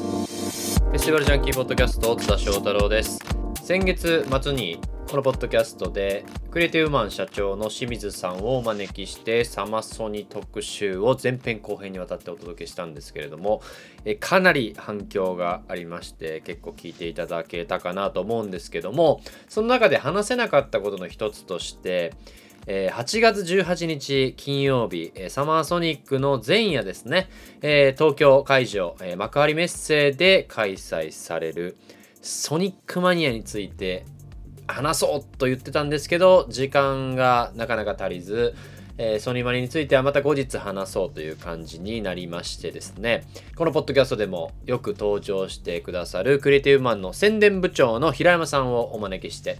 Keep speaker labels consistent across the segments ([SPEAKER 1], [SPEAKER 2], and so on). [SPEAKER 1] フェスティバルジャンキーポッドキャスト津田翔太郎です先月末にこのポッドキャストでクリエイティブマン社長の清水さんをお招きしてサマソニ特集を前編後編にわたってお届けしたんですけれどもえかなり反響がありまして結構聞いていただけたかなと思うんですけどもその中で話せなかったことの一つとしてえー8月18日金曜日、えーサマーソニックの前夜ですね、えー東京会場、えー幕張メッセで開催されるソニックマニアについて話そうと言ってたんですけど時間がなかなか足りず、えーソニマニについてはまた後日話そうという感じになりましてですねこのポッドキャストでもよく登場してくださるクリエイティブマンの宣伝部長の平山さんをお招きして、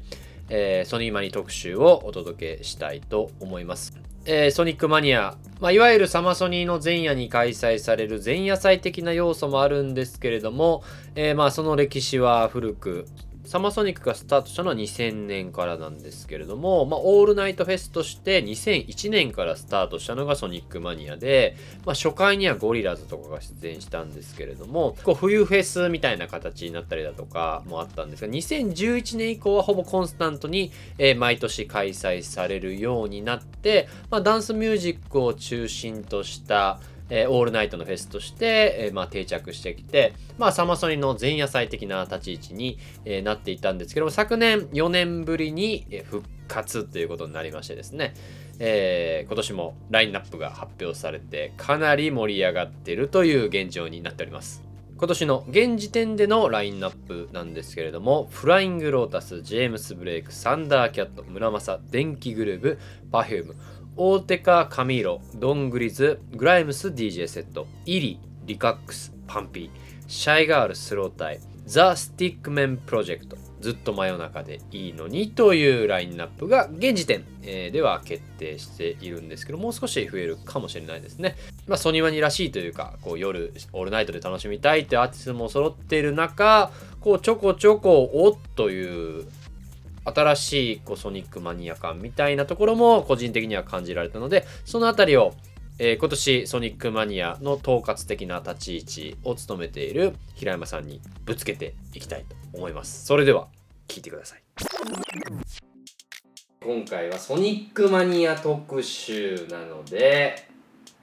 [SPEAKER 1] えーソニーマニ特集をお届けしたいと思います。えーソニックマニア、まあ、いわゆるサマソニーの前夜に開催される前夜祭的な要素もあるんですけれども、えーまあその歴史は古くサマソニックがスタートしたのは2000年からなんですけれども、まあ、オールナイトフェスとして2001年からスタートしたのがソニックマニアで、まあ、初回にはゴリラズとかが出演したんですけれどもこう冬フェスみたいな形になったりだとかもあったんですが2011年以降はほぼコンスタントに、えー毎年開催されるようになって、まあ、ダンスミュージックを中心としたえーオールナイトのフェスとして、えーまあ、定着してきて、まあ、サマソニの前夜祭的な立ち位置に、えーなっていたんですけども昨年4年ぶりに、えー復活ということになりましてですね、えー今年もラインナップが発表されてかなり盛り上がってるという現状になっております。今年の現時点でのラインナップなんですけれども、フライングロータス、ジェームス・ブレイク、サンダーキャット、村正、電気グルーブ、パフューム、オーテカ・カミーロ、ドングリズ、グライムス DJ セット、イリ、リカックス、パンピー、シャイガールスロータイ、ザ・スティックメンプロジェクト、ずっと真夜中でいいのにというラインナップが現時点えーでは決定しているんですけど、もう少し増えるかもしれないですね。まあ、ソニマニらしいというか、こう夜、オールナイトで楽しみたいってアーティストも揃っている中、こうちょこちょこ、おっという新しいこうソニックマニア感みたいなところも個人的には感じられたのでそのあたりを、えー今年ソニックマニアの統括的な立ち位置を務めている平山さんにぶつけていきたいと思いますそれでは聞いてください今回はソニックマニア特集なので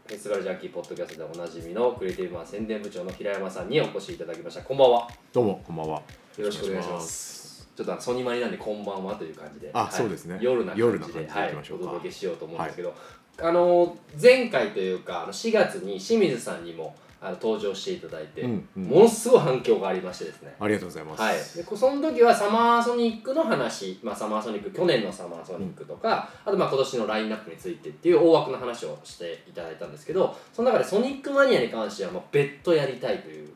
[SPEAKER 1] フェスティバルジャンキーポッドキャストでおなじみのクリエイティブマン宣伝部長の平山さんにお越しいただきましたこんばんは
[SPEAKER 2] どうもこんばんは。
[SPEAKER 1] よろしくお願いしま。
[SPEAKER 2] よろしくお願いします
[SPEAKER 1] ちょっとあのソニマニなんでこんばんはという感じで、
[SPEAKER 2] あそうですね
[SPEAKER 1] 夜な感じで
[SPEAKER 2] 夜な感じで
[SPEAKER 1] はい
[SPEAKER 2] 行きましょう
[SPEAKER 1] お
[SPEAKER 2] か
[SPEAKER 1] 届けしようと思うんですけど、あの前回というかあの4月に清水さんにもあの登場していただいて、
[SPEAKER 2] うんうん
[SPEAKER 1] ものすごい反響がありましてですね。
[SPEAKER 2] ありがとうございます。
[SPEAKER 1] はい、でこその時はサマーソニックの話、まあ、サマーソニック去年のサマーソニックとか、あとまあ今年のラインナップについてっていう大枠の話をしていただいたんですけどその中でソニックマニアに関してはもう別途やりたいという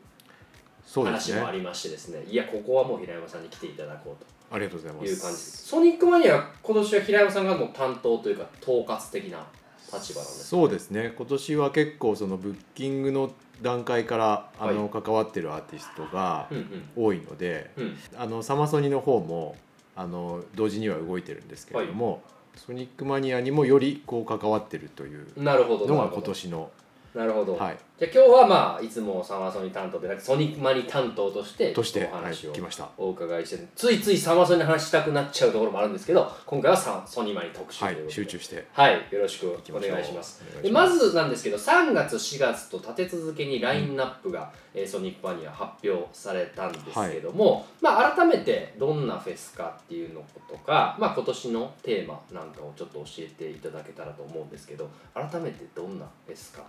[SPEAKER 2] そうで
[SPEAKER 1] 話
[SPEAKER 2] すね。
[SPEAKER 1] もあ
[SPEAKER 2] あり
[SPEAKER 1] りましてですねいやここはもう平山さんに来ていただこう
[SPEAKER 2] がとうござい
[SPEAKER 1] と
[SPEAKER 2] ま。
[SPEAKER 1] いう感じですすソニックマニア今年は平山さんがもう担当というか統括的な立場なんです
[SPEAKER 2] そうですね。今年は結構そのブッキングの段階からあの、関わってるアーティストが
[SPEAKER 1] うん
[SPEAKER 2] 多いので、
[SPEAKER 1] うんうん
[SPEAKER 2] あのサマソニの方もあの同時には動いてるんですけれども、ソニックマニアにもよりこう関わってるという
[SPEAKER 1] なるほど
[SPEAKER 2] の
[SPEAKER 1] な
[SPEAKER 2] が
[SPEAKER 1] るほ
[SPEAKER 2] 今
[SPEAKER 1] ど
[SPEAKER 2] 年の
[SPEAKER 1] なるほど、
[SPEAKER 2] はい
[SPEAKER 1] じゃあ今日はまあいつもサマソニ担当でなくソニックマニ担当として
[SPEAKER 2] として
[SPEAKER 1] お
[SPEAKER 2] はい
[SPEAKER 1] 話を
[SPEAKER 2] 来ました。
[SPEAKER 1] お伺いしてるついついサマソニの話したくなっちゃうところもあるんですけど今回はサソニマニ特集と
[SPEAKER 2] はい
[SPEAKER 1] いうことで、
[SPEAKER 2] 集中して
[SPEAKER 1] はい、よろしく
[SPEAKER 2] いき
[SPEAKER 1] お
[SPEAKER 2] ましょう
[SPEAKER 1] 願いします。
[SPEAKER 2] お願い
[SPEAKER 1] で
[SPEAKER 2] し
[SPEAKER 1] ま
[SPEAKER 2] ます
[SPEAKER 1] ずなんですけど、3月、4月と立て続けにラインナップが、えーソニックマニア発表されたんですけども、まあ、改めてどんなフェスかっていうのとか、まあ、今年のテーマなんかをちょっと教えていただけたらと思うんですけど、改めてどんなフェスか。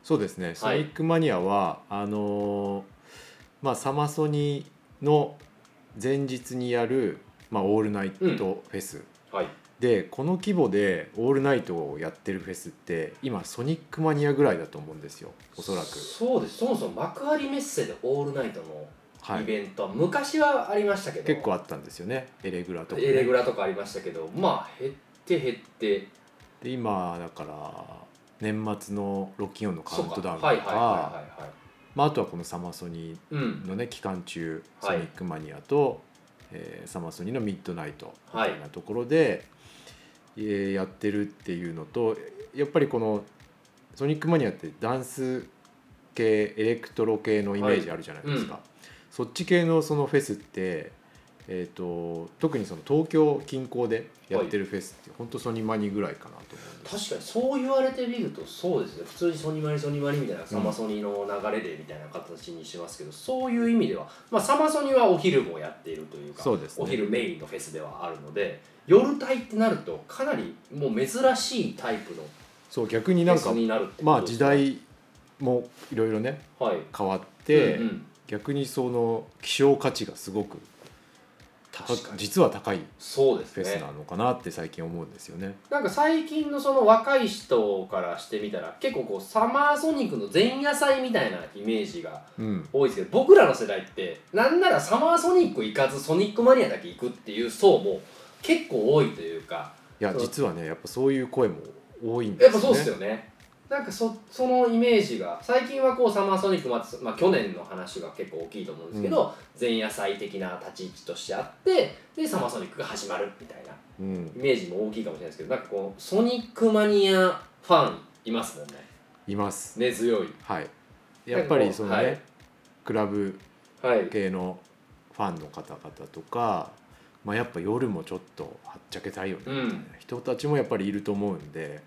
[SPEAKER 2] そうですね、ソニックマニアはあのーまあ、サマソニの前日にやる、まあ、オールナイトフェス、
[SPEAKER 1] はい、
[SPEAKER 2] でこの規模でオールナイトをやってるフェスって今ソニックマニアぐらいだと思うんですよおそらく。
[SPEAKER 1] そうです、そもそも幕張メッセでオールナイト
[SPEAKER 2] は
[SPEAKER 1] のイ
[SPEAKER 2] い、
[SPEAKER 1] ベントは、昔はありましたけど、
[SPEAKER 2] 結構あったんですよねエレグラとかね、
[SPEAKER 1] エレグラとかありましたけど、まあ、減って減って。
[SPEAKER 2] で今だから年末のロッキンオンのカウントダウンと
[SPEAKER 1] そうはいはいはい
[SPEAKER 2] か
[SPEAKER 1] はいはい
[SPEAKER 2] まああとはこのサマソニ
[SPEAKER 1] うん
[SPEAKER 2] のね期間中
[SPEAKER 1] は
[SPEAKER 2] ソ
[SPEAKER 1] い
[SPEAKER 2] ニックマニアと、えーサマソニのミッドナイトみ
[SPEAKER 1] は
[SPEAKER 2] た
[SPEAKER 1] い
[SPEAKER 2] いなところで、えーやってるっていうのとやっぱりこのソニックマニアってダンス系エレクトロ系のイメージあるじゃないですか、そっち系のそのフェスって、えー、と特にその東京近郊でやってるフェスって、本当ソニマニぐらいかなと思うんです
[SPEAKER 1] 確かにそう言われてみるとそうですね普通にソニマリソニマリみたいなサマソニの流れでみたいな形にしますけど、そういう意味では、まあ、サマソニはお昼もやっているというか
[SPEAKER 2] そうですね
[SPEAKER 1] お昼メインのフェスではあるので夜帯ってなるとかなりもう珍しいタイプの
[SPEAKER 2] そう逆になん
[SPEAKER 1] フェ
[SPEAKER 2] か
[SPEAKER 1] スになるってこと
[SPEAKER 2] まあ
[SPEAKER 1] です
[SPEAKER 2] 時
[SPEAKER 1] ね
[SPEAKER 2] 代もいろいろね
[SPEAKER 1] はい
[SPEAKER 2] 変わって、
[SPEAKER 1] うんうん
[SPEAKER 2] 逆にその希少価値がすごく高
[SPEAKER 1] 確かに
[SPEAKER 2] 実は高い
[SPEAKER 1] そうです
[SPEAKER 2] フェス
[SPEAKER 1] ね
[SPEAKER 2] なのかなって最近思うんですよね。
[SPEAKER 1] なんか最近のその若い人からしてみたら結構こうサマーソニックの前夜祭みたいなイメージが
[SPEAKER 2] うん、
[SPEAKER 1] 多いですけど僕らの世代ってなんならサマーソニック行かずソニックマニアだけ行くっていう層も結構多いというか
[SPEAKER 2] いや
[SPEAKER 1] そう
[SPEAKER 2] 実はねやっぱそういう声も多いんです
[SPEAKER 1] やっぱそうっすよねなんかそそのイメージが最近はこうサマーソニックまつ、まあ、去年の話が結構大きいと思うんですけど、前夜祭的な立ち位置としてあってでサマーソニックが始まるみたいな
[SPEAKER 2] うん、
[SPEAKER 1] イメージも大きいかもしれないですけどなんかこうソニックマニアファンいますもんね
[SPEAKER 2] います。
[SPEAKER 1] 根強い
[SPEAKER 2] はい。やっぱりそのね、
[SPEAKER 1] はい
[SPEAKER 2] クラブ
[SPEAKER 1] はい
[SPEAKER 2] 系のファンの方々とか、まあやっぱ夜もちょっとはっちゃけたいよね。
[SPEAKER 1] うん
[SPEAKER 2] 人たちもやっぱりいると思うんで、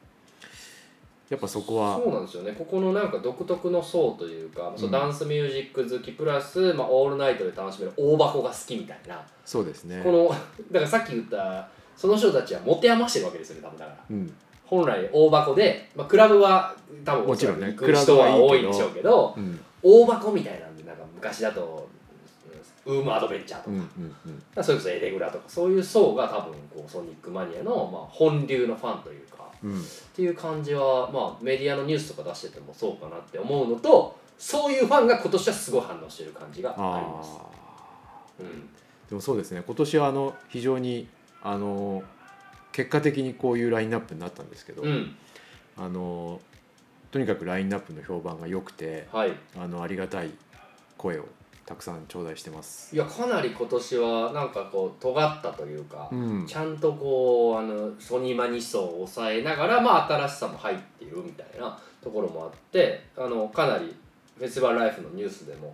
[SPEAKER 2] やっぱそこは
[SPEAKER 1] そうなんですよねここのなんか独特の層というか、そう
[SPEAKER 2] うん
[SPEAKER 1] ダンスミュージック好きプラス、まあ、オールナイトで楽しめる大箱が好きみたいな、
[SPEAKER 2] そうですね。
[SPEAKER 1] この だからさっき言ったその人たちは持て余してるわけですよね多分だから
[SPEAKER 2] うん、
[SPEAKER 1] 本来大箱で、まあ、クラブは多分
[SPEAKER 2] もちろんね
[SPEAKER 1] おそらく行く人は多いんでしょうけど
[SPEAKER 2] うん、
[SPEAKER 1] 大箱みたいなんでなんか昔だとうんウームアドベンチャーとか、
[SPEAKER 2] うん、う
[SPEAKER 1] だか
[SPEAKER 2] ん、うん。
[SPEAKER 1] らそれこそエレグラとかそういう層が多分こうソニックマニアの、まあ、本流のファンというか
[SPEAKER 2] うん、
[SPEAKER 1] っていう感じは、まあ、メディアのニュースとか出しててもそうかなって思うのとそういうファンが今年はすごい反応してる感じがあり
[SPEAKER 2] あ
[SPEAKER 1] ます。
[SPEAKER 2] あ。
[SPEAKER 1] うん
[SPEAKER 2] でもそうですね今年はあの非常にあの結果的にこういうラインナップになったんですけど、
[SPEAKER 1] うん
[SPEAKER 2] あのとにかくラインナップの評判が良くて
[SPEAKER 1] はい、
[SPEAKER 2] あのありがたい声をたくさん頂戴してます。
[SPEAKER 1] いやかなり今年はなんかこう尖ったというか、
[SPEAKER 2] うん
[SPEAKER 1] ち、ゃんとこうあのソニーマニ層を抑えながら、まあ、新しさも入っているみたいなところもあってあのかなりフェスティバルライフのニュースでも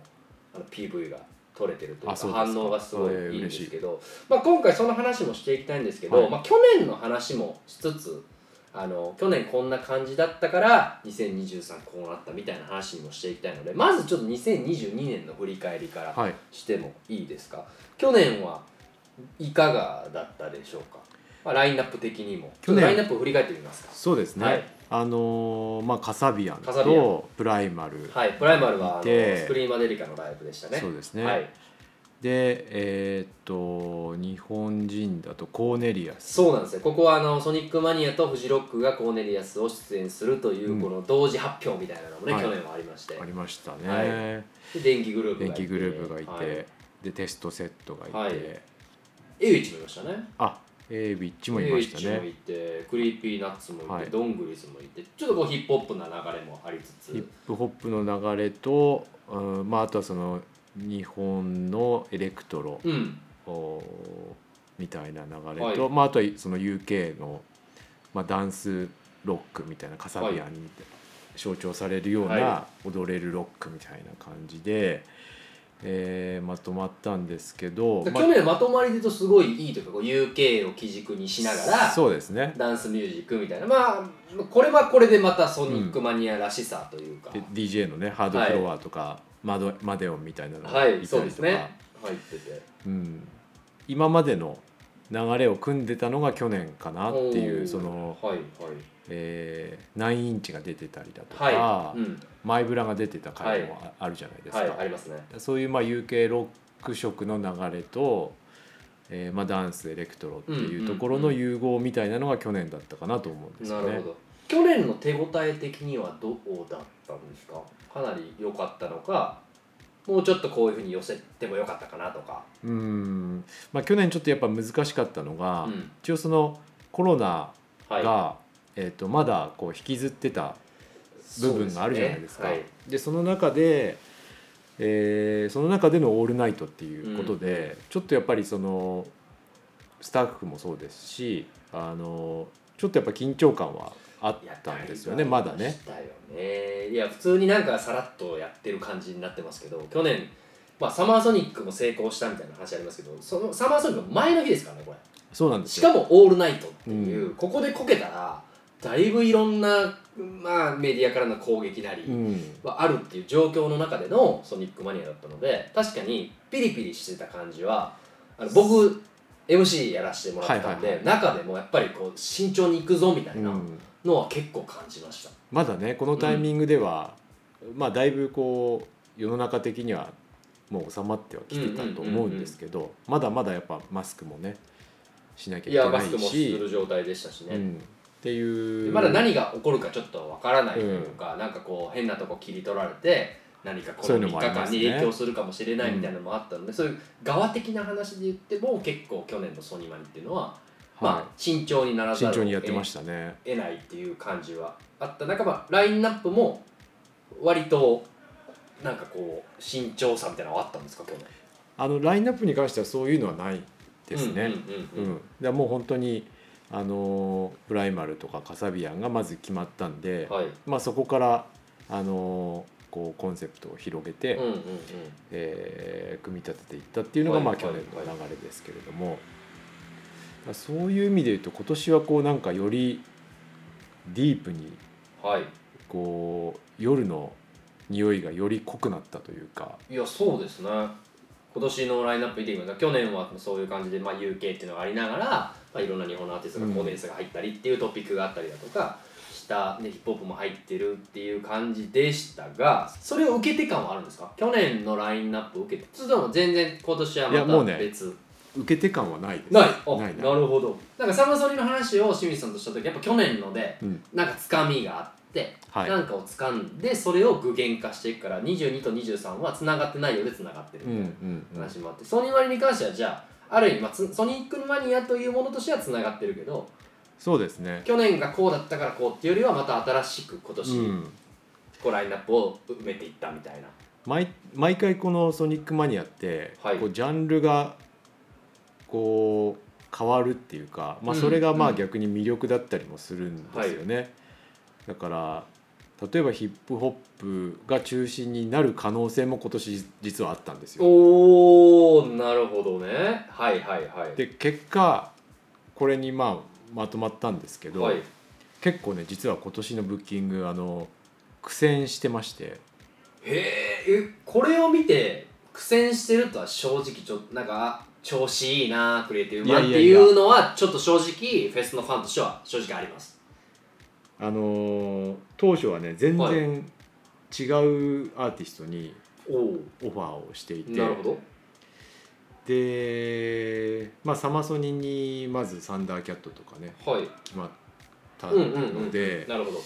[SPEAKER 1] あの PV が取れてるというか
[SPEAKER 2] あそうですか
[SPEAKER 1] 反応がすごい
[SPEAKER 2] えー
[SPEAKER 1] いいんで
[SPEAKER 2] 嬉しい
[SPEAKER 1] すけど、まあ、今回その話もしていきたいんですけど、
[SPEAKER 2] はい
[SPEAKER 1] まあ、去年の話もしつつあの去年こんな感じだったから2023こうなったみたいな話もしていきたいのでまずちょっと2022年の振り返りから
[SPEAKER 2] はい、
[SPEAKER 1] してもいいですか去年はいかがだったでしょうか、まあ、ラインナップ的にも
[SPEAKER 2] 去年
[SPEAKER 1] ラインナップを振り返ってみます
[SPEAKER 2] そうですね。
[SPEAKER 1] はい
[SPEAKER 2] あのまあカサビアン
[SPEAKER 1] カサビア
[SPEAKER 2] とプライマル、
[SPEAKER 1] かはいプライマルはあの
[SPEAKER 2] で
[SPEAKER 1] スクリーマデリカのライブでしたね
[SPEAKER 2] そうですね。
[SPEAKER 1] はい、
[SPEAKER 2] でえーっと日本人だとコーネリアス
[SPEAKER 1] そうなんですよここはあのソニックマニアとフジロックがコーネリアスを出演するという、
[SPEAKER 2] うん
[SPEAKER 1] この同時発表みたいなのもね、
[SPEAKER 2] はい
[SPEAKER 1] 去年はありまして
[SPEAKER 2] ありましたね。
[SPEAKER 1] はで電気グループ
[SPEAKER 2] 電
[SPEAKER 1] がいて
[SPEAKER 2] 気グループがいて、
[SPEAKER 1] はい、
[SPEAKER 2] でテストセットがいて、
[SPEAKER 1] はいエイウィッチもいましたね
[SPEAKER 2] あエイビッチもいました
[SPEAKER 1] エイウィッチも
[SPEAKER 2] ね
[SPEAKER 1] いてクリーピーナッツもいて、
[SPEAKER 2] はい
[SPEAKER 1] ドングリスもいてちょっとこうヒップホップな流れもありつつ
[SPEAKER 2] ヒップホップの流れと、うんまあ、あとはその日本のエレクトロ、
[SPEAKER 1] うん
[SPEAKER 2] おーみたいな流れと、
[SPEAKER 1] は
[SPEAKER 2] まあ、あとはその UK の、まあ、ダンスロックみたいなカサビアンに象徴されるような
[SPEAKER 1] は
[SPEAKER 2] 踊れるロックみたいな感じで、えーまとまったんですけど、
[SPEAKER 1] で
[SPEAKER 2] まあ
[SPEAKER 1] 去年まとまりで言うとすごいいいというかこう UK を基軸にしながら
[SPEAKER 2] そうですね
[SPEAKER 1] ダンスミュージックみたいなまあこれはこれでまたソニックマニアらしさというか、
[SPEAKER 2] で DJ のねハードフロアとか、マドマデオンみたいなのが
[SPEAKER 1] はい
[SPEAKER 2] い
[SPEAKER 1] そ
[SPEAKER 2] た
[SPEAKER 1] う
[SPEAKER 2] り
[SPEAKER 1] です
[SPEAKER 2] とか、
[SPEAKER 1] ね入ってて
[SPEAKER 2] うん、今までの流れを組んでたのが去年かなってい
[SPEAKER 1] おー
[SPEAKER 2] うその、
[SPEAKER 1] はい
[SPEAKER 2] えー、9インチが出てたりだとか、
[SPEAKER 1] はいはい、うん、
[SPEAKER 2] マイブラが出てた回もああるじゃないですか、
[SPEAKER 1] はいありますね
[SPEAKER 2] そういうまあ UK ロック色の流れと、えーまあ、ダンスエレクトロっていうところの融合みたいなのが去年だったかなと思うんです
[SPEAKER 1] な
[SPEAKER 2] よ
[SPEAKER 1] る
[SPEAKER 2] ね
[SPEAKER 1] ほ。ど去年の手応え的にはどうだったんですかかなり良かったのかもうちょっとこういうふうに寄せてもよかったかなとか、
[SPEAKER 2] うんまあ、去年ちょっとやっぱ難しかったのが、
[SPEAKER 1] うん
[SPEAKER 2] 一応そのコロナ
[SPEAKER 1] はい、
[SPEAKER 2] が、えー、とまだこう引きずってた部分があるじゃないですか。
[SPEAKER 1] そう
[SPEAKER 2] で
[SPEAKER 1] ね
[SPEAKER 2] その中で、えーその中での「オールナイト」っていうことで、ちょっとやっぱりそのスタッフもそうですしあのちょっとやっぱ緊張感はあっ
[SPEAKER 1] や
[SPEAKER 2] たんですよ
[SPEAKER 1] だ
[SPEAKER 2] ね
[SPEAKER 1] いぶ
[SPEAKER 2] まだ
[SPEAKER 1] あり
[SPEAKER 2] ね。
[SPEAKER 1] したよねいや普通になんかさらっとやってる感じになってますけど去年まあ、サマーソニックも成功したみたいな話ありますけどそのサマーソニックの前の日ですからねこれ
[SPEAKER 2] そうなんです
[SPEAKER 1] し
[SPEAKER 2] よ
[SPEAKER 1] かもオールナイトっていう、
[SPEAKER 2] う
[SPEAKER 1] ここでこけたらだいぶいろんな、まあ、メディアからの攻撃なり、
[SPEAKER 2] うん
[SPEAKER 1] はあるっていう状況の中でのソニックマニアだったので確かにピリピリしてた感じはあの僕 MC やらせてもらってたんで、
[SPEAKER 2] はいはい
[SPEAKER 1] 中でもやっぱりこう慎重に行くぞみたいうなんのは結構感じました、
[SPEAKER 2] まだねこのタイミングでは、まあだいぶこう世の中的にはもう収まってはきてたと思うんですけど、まだまだやっぱマスクもねしなきゃい
[SPEAKER 1] い
[SPEAKER 2] け
[SPEAKER 1] や
[SPEAKER 2] な
[SPEAKER 1] マスク
[SPEAKER 2] い
[SPEAKER 1] もす
[SPEAKER 2] し
[SPEAKER 1] る状態でしたし
[SPEAKER 2] う
[SPEAKER 1] ね、
[SPEAKER 2] ん、っていう
[SPEAKER 1] まだ何が起こるかちょっとわからないというか、なんかこう変なとこ切り取られて何かこ
[SPEAKER 2] そう
[SPEAKER 1] の
[SPEAKER 2] いうの
[SPEAKER 1] 3日
[SPEAKER 2] もありま
[SPEAKER 1] 間
[SPEAKER 2] すね
[SPEAKER 1] に影響するかもしれないみたいなのもあったので、そういう側的な話で言っても結構去年のソニマニっていうのは、まあ
[SPEAKER 2] は
[SPEAKER 1] 慎重になら
[SPEAKER 2] い、
[SPEAKER 1] ざる
[SPEAKER 2] 慎
[SPEAKER 1] を
[SPEAKER 2] 重にやって
[SPEAKER 1] 得
[SPEAKER 2] ましたね。
[SPEAKER 1] 得ないっていう感じはあった中まあラインナップも割となんかこう慎重さみたいなのはあったんですか去年
[SPEAKER 2] あのラインナップに関してはそういうのはないですね。
[SPEAKER 1] うんうんうんうん
[SPEAKER 2] でもう本当にあのプライマルとかカサビアンがまず決まったんで、
[SPEAKER 1] はい
[SPEAKER 2] まあ、そこからあのこうコンセプトを広げて、
[SPEAKER 1] うんうんうん
[SPEAKER 2] えー組み立てていったっていうのが、まあ、
[SPEAKER 1] はい
[SPEAKER 2] 去
[SPEAKER 1] はい
[SPEAKER 2] 年の流れですけれども、だからそういう意味で言うと今年はこうなんかよりディープに
[SPEAKER 1] は
[SPEAKER 2] こう夜の匂いがより濃くなったというか、
[SPEAKER 1] いいやそうですね今年のラインナップ見てみます去年はそういう感じで、まあ、UK っていうのがありながら、まあ、いろんな日本のアーティスト
[SPEAKER 2] う
[SPEAKER 1] が
[SPEAKER 2] ん
[SPEAKER 1] コーデンスが入ったりっていうトピックがあったりだとかした、ね、ヒップホップも入ってるっていう感じでしたがそれを受けて感はあるんですか去年のラインナップを受けてそれとも全然今年はい
[SPEAKER 2] やも
[SPEAKER 1] ま
[SPEAKER 2] う
[SPEAKER 1] た
[SPEAKER 2] ね
[SPEAKER 1] 別
[SPEAKER 2] 受け手感はないです。
[SPEAKER 1] ないあ
[SPEAKER 2] ないない
[SPEAKER 1] るほどなんかサマソニの話を清水さんとした時やっぱ去年ので
[SPEAKER 2] うん
[SPEAKER 1] なんかつかみがあって、
[SPEAKER 2] はい
[SPEAKER 1] なんかを掴んでそれを具現化していくから22と23はつながってないようでつながってる
[SPEAKER 2] うんう
[SPEAKER 1] みたいなん
[SPEAKER 2] うん
[SPEAKER 1] 話もあって、ソニーマニに関してはじゃあある意味、まあ、つソニックマニアというものとしてはつながってるけど
[SPEAKER 2] そうですね、
[SPEAKER 1] 去年がこうだったからこうっていうよりはまた新しく今
[SPEAKER 2] う
[SPEAKER 1] 年、
[SPEAKER 2] ん、
[SPEAKER 1] こうラインナップを埋めていったみたいな。
[SPEAKER 2] 毎毎回この「ソニックマニア」って、
[SPEAKER 1] はい
[SPEAKER 2] こうジャンルがこう変わるっていうか、まあ、
[SPEAKER 1] うん
[SPEAKER 2] それがま
[SPEAKER 1] う
[SPEAKER 2] あ
[SPEAKER 1] ん
[SPEAKER 2] 逆に魅力だったりもするんですよね。だから例えばヒップホップが中心になる可能性も今年実はあったんですよ。
[SPEAKER 1] おーなるほどねはいはいはい。
[SPEAKER 2] で結果これにまあまとまったんですけど、
[SPEAKER 1] はい、
[SPEAKER 2] 結構ね実は今年のブッキングあの苦戦してまして
[SPEAKER 1] へーえこれを見て苦戦してるとは正直ちょっとなんか調子いいなクリエイティブマンっ
[SPEAKER 2] い
[SPEAKER 1] て
[SPEAKER 2] やいやいや
[SPEAKER 1] いうのはちょっと正直フェスのファンとしては正直あります
[SPEAKER 2] あのー当初はね全
[SPEAKER 1] はい
[SPEAKER 2] 然違うアーティストに
[SPEAKER 1] おお
[SPEAKER 2] オファーをしていて
[SPEAKER 1] なるほど
[SPEAKER 2] で、まあ、サマソニにまず「サンダーキャット」とかね
[SPEAKER 1] はい
[SPEAKER 2] 決まった
[SPEAKER 1] うんうん
[SPEAKER 2] ので、
[SPEAKER 1] うんなるほど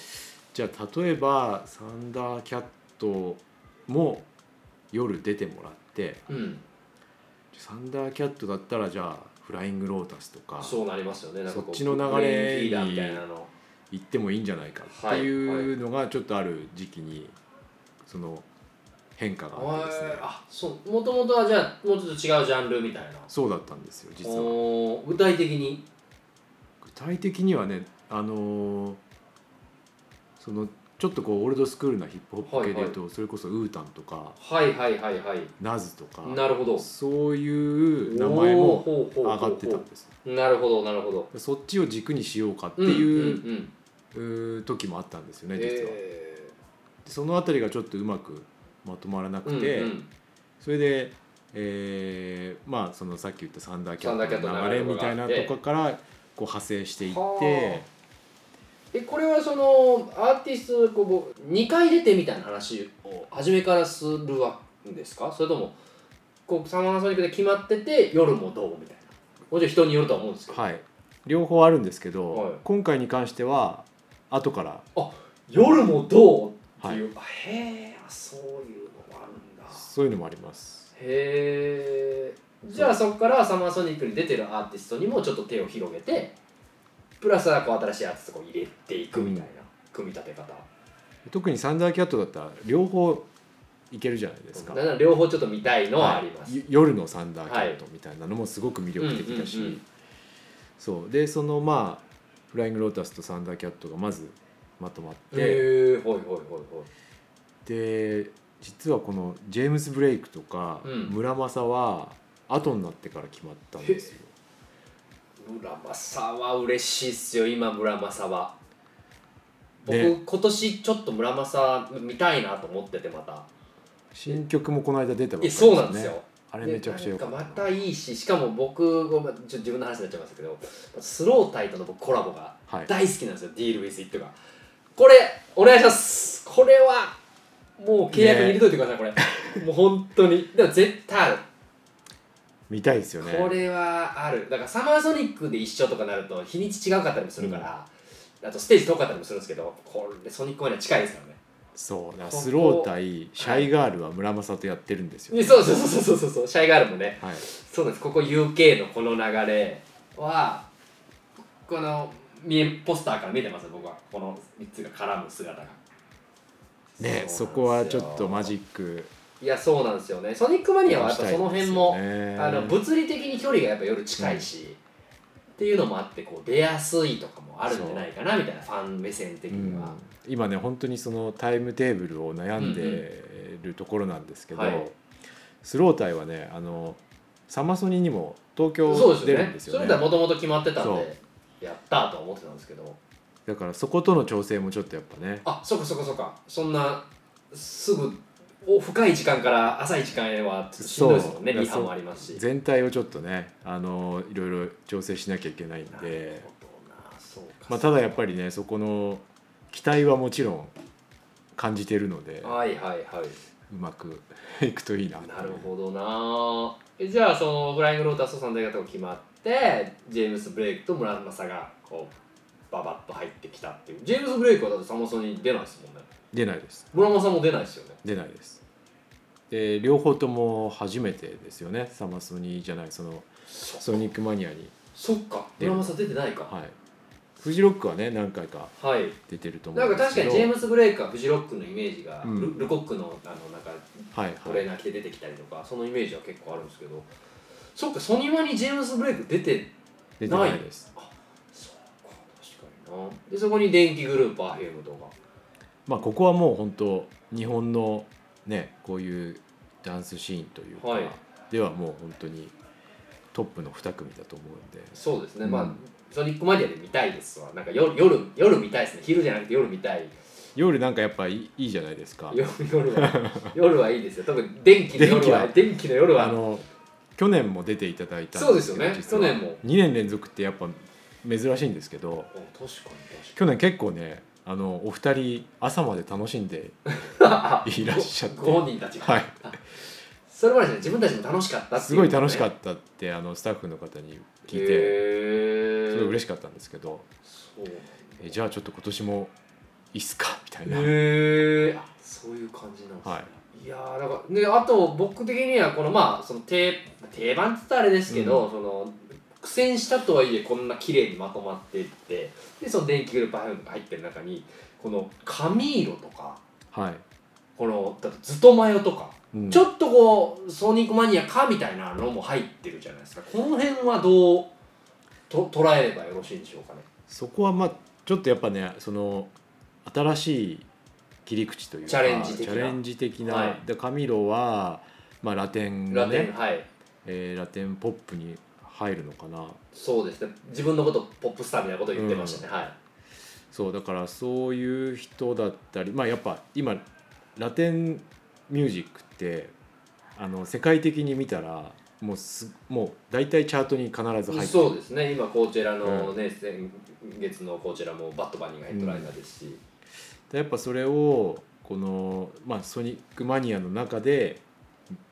[SPEAKER 2] じゃあ例えば「サンダーキャット」も夜出てもらって
[SPEAKER 1] うん
[SPEAKER 2] 「サンダーキャット」だったらじゃあ「フライングロータス」とか
[SPEAKER 1] そうなりますよねなんかこう
[SPEAKER 2] そっちの流れに
[SPEAKER 1] ブレインフィーダーみたいなの
[SPEAKER 2] 行ってもいいんじゃないか
[SPEAKER 1] は
[SPEAKER 2] っ
[SPEAKER 1] い
[SPEAKER 2] ていうのがちょっとある時期にその変化があってですね
[SPEAKER 1] へーあそうもともとはじゃあもうちょっと違うジャンルみたいな
[SPEAKER 2] そうだったんですよ実は。
[SPEAKER 1] おー具体的に
[SPEAKER 2] 具体的にはねあのーそのちょっとこうオールドスクールなヒップホップ系でいうと、それこそウータンとか
[SPEAKER 1] はいはいはいはい
[SPEAKER 2] ナズとか
[SPEAKER 1] なるほど
[SPEAKER 2] そういう名前も
[SPEAKER 1] おーほうほうほうほ
[SPEAKER 2] 上
[SPEAKER 1] う
[SPEAKER 2] がってたんです
[SPEAKER 1] なるほどなるほど
[SPEAKER 2] そっちを軸にしようかっていう,
[SPEAKER 1] んうんん
[SPEAKER 2] うー、時もあったんですよね実は、
[SPEAKER 1] えー
[SPEAKER 2] でその辺りがちょっとうまくまとまらなくて、
[SPEAKER 1] うんうん
[SPEAKER 2] それで、えーまあそのさっき言ったサンダーキャット
[SPEAKER 1] サンダ
[SPEAKER 2] の
[SPEAKER 1] ーキャ
[SPEAKER 2] 流れ
[SPEAKER 1] ットの流れ
[SPEAKER 2] みたいなとこからこう派生していっ
[SPEAKER 1] は
[SPEAKER 2] て
[SPEAKER 1] あえこれはそのアーティストこう2回出てみたいな話を初めからするわけですかそれともこうサマーソニックで決まってて夜もどうみたいなもちろん人によるとは思うんですけど、
[SPEAKER 2] はい、両方あるんですけど、
[SPEAKER 1] はい
[SPEAKER 2] 今回に関しては後から
[SPEAKER 1] 夜もどうっていう、あへえそういうのもあるんだ
[SPEAKER 2] そういうのもあります
[SPEAKER 1] へえじゃあそこからサマーソニックに出てるアーティストにもちょっと手を広げてプラスはこう新しいアーティストを入れていくみたいな、組み立て方
[SPEAKER 2] 特にサンダーキャットだったら両方いけるじゃないですか、
[SPEAKER 1] だから両方ちょっと見たいのはあります、
[SPEAKER 2] よ夜のサンダーキャットみたいなのもすごく魅力的だし、
[SPEAKER 1] うんうんうん
[SPEAKER 2] そうでそのまあフライングロータスとサンダーキャットがまずまとまって
[SPEAKER 1] へえはいはいはいはい
[SPEAKER 2] で実はこのジェームズ・ブレイクとか
[SPEAKER 1] うん
[SPEAKER 2] 村正は後になってから決まったんですよ。
[SPEAKER 1] 村正は嬉しいっすよ今村正は僕、
[SPEAKER 2] ね
[SPEAKER 1] 今年ちょっと村正見たいなと思っててまた
[SPEAKER 2] 新曲もこの間出たばっか
[SPEAKER 1] え
[SPEAKER 2] り
[SPEAKER 1] そうなんですよ、
[SPEAKER 2] あれめちゃくちゃ良か
[SPEAKER 1] で
[SPEAKER 2] っ
[SPEAKER 1] なんか
[SPEAKER 2] た
[SPEAKER 1] またいいししかも僕ごめんちょっと自分の話になっちゃいますけどスロータイとの僕コラボが
[SPEAKER 2] はい
[SPEAKER 1] 大好きなんですよ、ディール・ウィズ・イットがこれお願いしますこれはもう契約に入れといてください、 これもう本当にでも絶対ある
[SPEAKER 2] 見たいですよね
[SPEAKER 1] これはあるだからサマーソニックで一緒とかなると日にち違うかったりもするから、あとステージ遠かったりもするんですけどこれソニック公演は近いですからね
[SPEAKER 2] そうだから
[SPEAKER 1] ここ
[SPEAKER 2] スロー対シャイガールは村正とやってるんですよ、
[SPEAKER 1] でそうそうそうそうそうそうシャイガールもね
[SPEAKER 2] はい、
[SPEAKER 1] そうなんですここ UK のこの流れはこの見えポスターから見えてます僕はこの3つが絡む姿がそうなん
[SPEAKER 2] ねそ
[SPEAKER 1] ですよ
[SPEAKER 2] こはちょっとマジック
[SPEAKER 1] いやそうなんですよねソニックマニアはやっぱその辺も、あの
[SPEAKER 2] ぶ
[SPEAKER 1] 物理的に距離がやっぱ夜近いし、っていうのもあってこう出やすいとかもあるんじゃないかなみたいなファン目線的には、
[SPEAKER 2] 今ね本当にそのタイムテーブルを悩んでるところなんですけど、
[SPEAKER 1] うんうんはい
[SPEAKER 2] スロー対はねあのサマソニにも東
[SPEAKER 1] そう
[SPEAKER 2] 京
[SPEAKER 1] です
[SPEAKER 2] 出
[SPEAKER 1] よ
[SPEAKER 2] るん
[SPEAKER 1] ね
[SPEAKER 2] です
[SPEAKER 1] そ
[SPEAKER 2] よ
[SPEAKER 1] れ
[SPEAKER 2] ね
[SPEAKER 1] ではもともと決まってたん
[SPEAKER 2] そう
[SPEAKER 1] でやったとは思ってたんですけど
[SPEAKER 2] だからそことの調整もちょっとやっぱね
[SPEAKER 1] あそっかそっかそっかそんなすぐお深い時間から浅い時間へはちょっとしんどいですもんね
[SPEAKER 2] そう
[SPEAKER 1] リハもありますし
[SPEAKER 2] 全体をちょっとねあのいろいろ調整しなきゃいけないん
[SPEAKER 1] な
[SPEAKER 2] で
[SPEAKER 1] る、ほどなそうか
[SPEAKER 2] まあ、ただやっ
[SPEAKER 1] り
[SPEAKER 2] ぱりねそこの期待はもちろん感じてるので
[SPEAKER 1] はいはいはいう
[SPEAKER 2] まくいくといいな
[SPEAKER 1] なるほどなえじゃあそのフライングロータスと3大方が決まってジェームス・ブレイクと村正がこうババッと入ってきたっていうジェームス・ブレイクはだってサマソニに出ないですもんね
[SPEAKER 2] 出ないです
[SPEAKER 1] 村正も出ないですよね
[SPEAKER 2] 出ないですで両方とも初めてですよねサマソニーじゃないその
[SPEAKER 1] そ
[SPEAKER 2] ソニックマニアに
[SPEAKER 1] そっか
[SPEAKER 2] 出る
[SPEAKER 1] 村正出てないか
[SPEAKER 2] はいフジロックはね何回か
[SPEAKER 1] はい
[SPEAKER 2] 出てると思
[SPEAKER 1] な
[SPEAKER 2] うんん
[SPEAKER 1] か
[SPEAKER 2] です
[SPEAKER 1] 確
[SPEAKER 2] け
[SPEAKER 1] か
[SPEAKER 2] ど
[SPEAKER 1] にジェームス・ブレイクはフジロックのイメージが、
[SPEAKER 2] うん
[SPEAKER 1] ルルコックのあのなんか
[SPEAKER 2] はい
[SPEAKER 1] ト
[SPEAKER 2] は
[SPEAKER 1] レー
[SPEAKER 2] い
[SPEAKER 1] ナー着て出てきたりとかそのイメージは結構あるんですけどそっかソニマにジェームス・ブレイク出て
[SPEAKER 2] 出てないです
[SPEAKER 1] そうか確かになでそこに電気グループアヘムとか
[SPEAKER 2] まあここはもう本当日本のねこういうダンスシーンというか、
[SPEAKER 1] はい
[SPEAKER 2] ではもう本当にトップの2組だと思うんで
[SPEAKER 1] そうですね、
[SPEAKER 2] うん
[SPEAKER 1] まあソニックマニアで見たいですわなんか夜夜夜見たいですね昼じゃなくて夜見たい
[SPEAKER 2] 夜なんかやっぱいいいいじゃないですか
[SPEAKER 1] 夜夜は夜はいいですよ特に電気の夜は電気の夜は
[SPEAKER 2] あの去年も出ていただいた
[SPEAKER 1] そうですよね
[SPEAKER 2] 実
[SPEAKER 1] 去
[SPEAKER 2] は
[SPEAKER 1] 年も
[SPEAKER 2] 2年連続ってやっぱ珍しいんですけど
[SPEAKER 1] お確かに確
[SPEAKER 2] 去年結構ねあのお二人朝まで楽し んで
[SPEAKER 1] かに
[SPEAKER 2] いらっしゃって
[SPEAKER 1] 5人たちが、
[SPEAKER 2] はい
[SPEAKER 1] それまでですね自分たちも楽しかったって
[SPEAKER 2] す
[SPEAKER 1] いう
[SPEAKER 2] ご
[SPEAKER 1] のね、
[SPEAKER 2] い楽しか
[SPEAKER 1] っ
[SPEAKER 2] ったってあのスタッフの方に
[SPEAKER 1] へ
[SPEAKER 2] 聞いて
[SPEAKER 1] ー
[SPEAKER 2] すごい嬉しかったんですけど
[SPEAKER 1] そうなんだ
[SPEAKER 2] えじゃあちょっと今年もいいっすかみたいな、
[SPEAKER 1] へえそういう感じなんですね、、
[SPEAKER 2] はい
[SPEAKER 1] やーだからであと僕的にはこのまあその定定番って言ったらあれですけど、その苦戦したとはいえこんな綺麗にまとまっていってでその電気グループハイブが入ってる中にこの髪色とか
[SPEAKER 2] はい
[SPEAKER 1] このだってずっとマヨとか、
[SPEAKER 2] うん
[SPEAKER 1] ちょっとこうソニックマニアかみたいなのも入ってるじゃないですかこの辺はどうと捉えればよろしいんでしょうかね
[SPEAKER 2] そこはまあちょっとやっぱねその新しい切り口というか
[SPEAKER 1] チャレンジ的な
[SPEAKER 2] チャレンジ的な、
[SPEAKER 1] はい
[SPEAKER 2] でカミロは、まあ、ラテン
[SPEAKER 1] ラ
[SPEAKER 2] の
[SPEAKER 1] テン
[SPEAKER 2] ね
[SPEAKER 1] はい
[SPEAKER 2] えーラテンポップに入るのかな
[SPEAKER 1] そうですね自分のことポップスターみたいなこと言ってましたね、はい
[SPEAKER 2] そうだからそういう人だったりまあやっぱ今ラテンミュージックってあの世界的に見たらもうすもう大体チャートに必ず入って
[SPEAKER 1] そう
[SPEAKER 2] る
[SPEAKER 1] ですね今コーチェラのね、先月のコーチェラもバットバニーがヘッドライナーですし、
[SPEAKER 2] でやっぱそれをこの、まあ、ソニックマニアの中で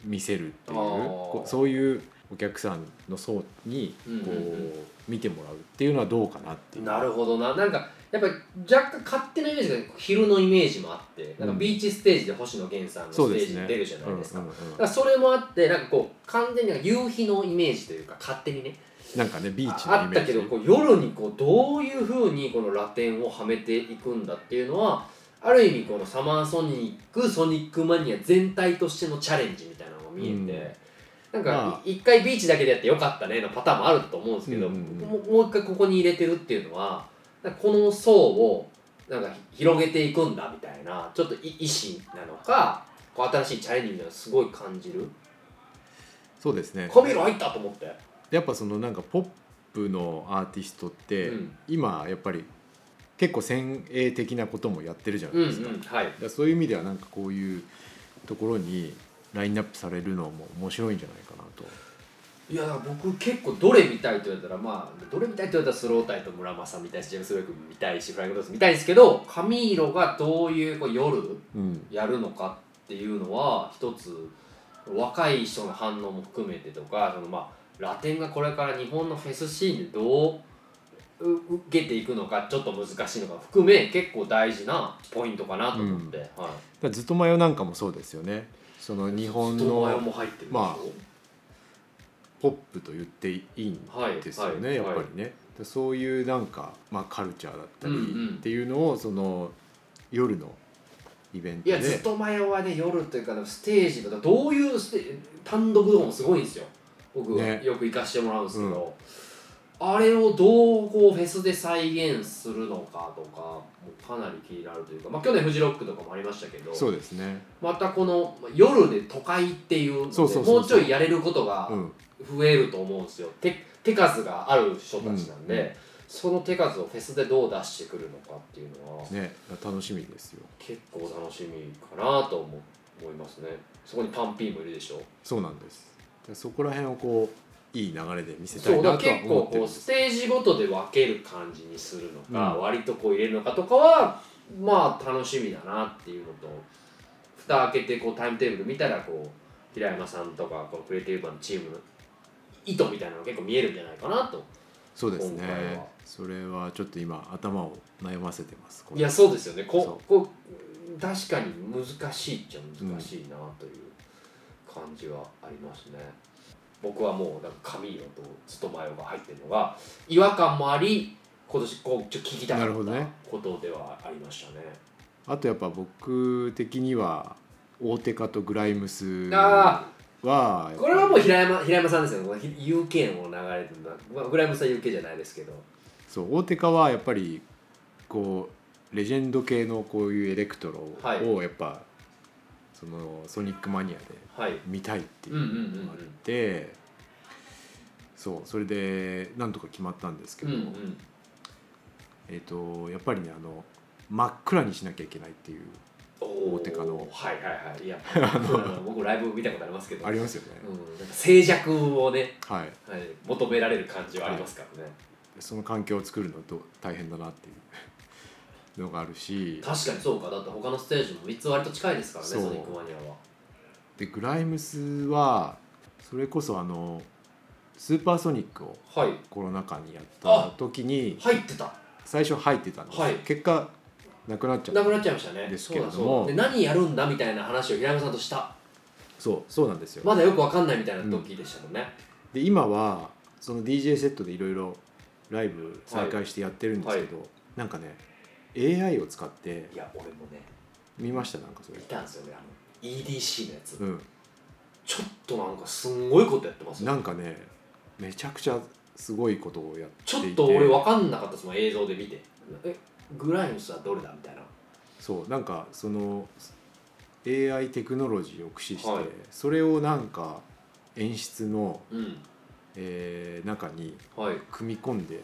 [SPEAKER 2] 見せるっていう
[SPEAKER 1] あー
[SPEAKER 2] こうそういうお客さんの層にこう、
[SPEAKER 1] うんうんうん
[SPEAKER 2] 見てもらうっていうのはどうかなっていう。
[SPEAKER 1] なるほどななんかやっぱり若干勝手なイメージが昼のイメージもあってなんかビーチステージで星野源さんのステ
[SPEAKER 2] そうで
[SPEAKER 1] ー
[SPEAKER 2] す
[SPEAKER 1] ジ
[SPEAKER 2] ね
[SPEAKER 1] に出るじゃないですか
[SPEAKER 2] うんうんうん
[SPEAKER 1] だからそれもあってなんかこう完全になんか夕日のイメージというか勝手にね
[SPEAKER 2] なんかねビーチ
[SPEAKER 1] あ
[SPEAKER 2] の
[SPEAKER 1] あ
[SPEAKER 2] イ
[SPEAKER 1] っ
[SPEAKER 2] メ
[SPEAKER 1] た
[SPEAKER 2] ー
[SPEAKER 1] け
[SPEAKER 2] ジ
[SPEAKER 1] どこう夜にこうどういうふうにこのラテンをはめていくんだっていうのはある意味このサマーソニックソニックマニア全体としてのチャレンジみたいなのが見えて、なん
[SPEAKER 2] まあ
[SPEAKER 1] かい一回ビーチだけでやってよかったねのパターンもあると思うんですけど、
[SPEAKER 2] うんうんうん
[SPEAKER 1] もうもう一回ここに入れてるっていうのはなんかこの層をなんかひ広げていくんだみたいなちょっとい意思なのかここう新しいチャレンジみたいなのすごい感じる
[SPEAKER 2] そうですね
[SPEAKER 1] コビロ入ったと思って
[SPEAKER 2] やっぱそのなんかポップのアーティストって、
[SPEAKER 1] うん
[SPEAKER 2] 今やっぱり結構先鋭的なこともやってるじゃな
[SPEAKER 1] うん
[SPEAKER 2] いうですか,、
[SPEAKER 1] んはい
[SPEAKER 2] だからそういう意味ではなんかこういうところにラインナップされるのも面白いんじゃないかなと
[SPEAKER 1] いやだから僕結構どれ見たいと言われたらまあどれ見たいと言われたらスロータイと村正見たいしジェームス・ウェイク見たいしフライング・ローズ見たいんですけどカミーロがどういうこう夜
[SPEAKER 2] うん
[SPEAKER 1] やるのかっていうのは一つ若い人の反応も含めてとかそのまあラテンがこれから日本のフェスシーンでどうう受けていくのかちょっと難しいのか含め結構大事なポイントかなと思って、はい、
[SPEAKER 2] だからずっとマヨなんかもそうですよねその日本
[SPEAKER 1] ストーマヨ
[SPEAKER 2] の
[SPEAKER 1] も入ってるでしょ、
[SPEAKER 2] まポップと言っていいん
[SPEAKER 1] はい
[SPEAKER 2] ですよね、
[SPEAKER 1] はい
[SPEAKER 2] やっぱりね、でそういうなんか、まあ、カルチャーだったり
[SPEAKER 1] うんうん
[SPEAKER 2] っていうのをその夜のイベント
[SPEAKER 1] い
[SPEAKER 2] で
[SPEAKER 1] や、ずっと前はね、夜というか、ステージとか、どういうステ単独とかもすごいんですよ。僕、
[SPEAKER 2] ね
[SPEAKER 1] よく行かしてもらうんですけど、あれをどうこうフェスで再現するのかとか、もうかなり気になるというか、まあ、去年、フジロックとかもありましたけど、
[SPEAKER 2] そうですね、
[SPEAKER 1] またこのまあ夜で都会っていうので
[SPEAKER 2] そうそうそうそう
[SPEAKER 1] もうちょいやれることが
[SPEAKER 2] うん、
[SPEAKER 1] 増えると思うんですよ。手手数がある人たちなんで、
[SPEAKER 2] うん
[SPEAKER 1] その手数をフェスでどう出してくるのかっていうのは。
[SPEAKER 2] ね楽しみですよ
[SPEAKER 1] 結構楽しみかなと思思いますねそこにパンピーもいるでしょ
[SPEAKER 2] そうなんですでそこら辺をこういい流れで見せた
[SPEAKER 1] そ
[SPEAKER 2] いう
[SPEAKER 1] だ
[SPEAKER 2] な
[SPEAKER 1] か
[SPEAKER 2] とは
[SPEAKER 1] ら結
[SPEAKER 2] 思
[SPEAKER 1] 構
[SPEAKER 2] ってる
[SPEAKER 1] こ
[SPEAKER 2] ん
[SPEAKER 1] う
[SPEAKER 2] です
[SPEAKER 1] ステージごとで分ける感じにするのか、
[SPEAKER 2] うん
[SPEAKER 1] 割とこう入れるのかとかはまあ楽しみだなっていうのと蓋開けてこうタイムテーブル見たらこう平山さんとかこのクリエイティブマンのチームの意図みたいなのが結構見えるんじゃないかなと
[SPEAKER 2] そうです
[SPEAKER 1] 今回
[SPEAKER 2] ね
[SPEAKER 1] は
[SPEAKER 2] それはちょっと今頭を悩ませてますこれ
[SPEAKER 1] いやそうですよねこ
[SPEAKER 2] そう
[SPEAKER 1] こう確かに難しいっちゃ難しいなという感じはありますね、僕はもうなんか髪色とストマヨが入ってるのが違和感もあり今年こうちょっと聞きたか
[SPEAKER 2] な
[SPEAKER 1] っ
[SPEAKER 2] るほど
[SPEAKER 1] た
[SPEAKER 2] ね
[SPEAKER 1] ことではありましたね
[SPEAKER 2] あとやっぱ僕的には大手化とグライムスは
[SPEAKER 1] あ
[SPEAKER 2] や
[SPEAKER 1] あ
[SPEAKER 2] っぱり
[SPEAKER 1] これはもう平山平山さんですよねこの UK の流れてるのはまあグライムさん UK じゃないですけど
[SPEAKER 2] そう大手化はやっぱりこうレジェンド系のこういうエレクトロ
[SPEAKER 1] はい
[SPEAKER 2] をやっぱ、そのソニックマニアで
[SPEAKER 1] はい
[SPEAKER 2] 見たいってい
[SPEAKER 1] うんうんうん
[SPEAKER 2] うのがあって、そうそれでなんとか決まったんですけ
[SPEAKER 1] うん
[SPEAKER 2] ど、
[SPEAKER 1] うん
[SPEAKER 2] えっ、とやっぱりねあの真っ暗にしなきゃいけないっていう
[SPEAKER 1] おー
[SPEAKER 2] 大手かの
[SPEAKER 1] はいはい はいいやあの僕ライブ見たことありますけど
[SPEAKER 2] ありますよね、
[SPEAKER 1] うん、なんか静寂をね
[SPEAKER 2] はい
[SPEAKER 1] はい、求められる感じはありますからね、
[SPEAKER 2] その環境を作るのと大変だなっていう のがあるし
[SPEAKER 1] 確かにそうかだって他のステージも3つ割と近いですからね
[SPEAKER 2] そう
[SPEAKER 1] ソニックマニアは
[SPEAKER 2] でグライムスはそれこそあのスーパーソニックを
[SPEAKER 1] はい
[SPEAKER 2] コロナ禍にやった時に
[SPEAKER 1] 入ってた
[SPEAKER 2] 最初入ってたんです、
[SPEAKER 1] はい
[SPEAKER 2] 結果なくなっちゃっ
[SPEAKER 1] な
[SPEAKER 2] た
[SPEAKER 1] くなっちゃいましたね
[SPEAKER 2] ですけれども
[SPEAKER 1] そうだそうだで何やるんだみたいな話を平山さんとした
[SPEAKER 2] そうそうなんですよ、
[SPEAKER 1] まだよくわかんないみたいな時でしたもんね、
[SPEAKER 2] で今はその DJ セットでいろいろライブ再開してやってるんですけど、なんかね AI を使って
[SPEAKER 1] いや俺もね
[SPEAKER 2] 見ましたなんかそれ
[SPEAKER 1] 見、たんですよねあの EDC のやつ、
[SPEAKER 2] うん、
[SPEAKER 1] ちょっとなんかすんごいことやってますよ
[SPEAKER 2] なんかねめちゃくちゃすごいことをやっていて
[SPEAKER 1] ちょっと俺わかんなかったその映像で見てえグライムスはどれだみたいな
[SPEAKER 2] そうなんかその AI テクノロジーを駆使して、
[SPEAKER 1] はい
[SPEAKER 2] それをなんか演出の、
[SPEAKER 1] うん
[SPEAKER 2] えー中に
[SPEAKER 1] はい
[SPEAKER 2] 組み込んで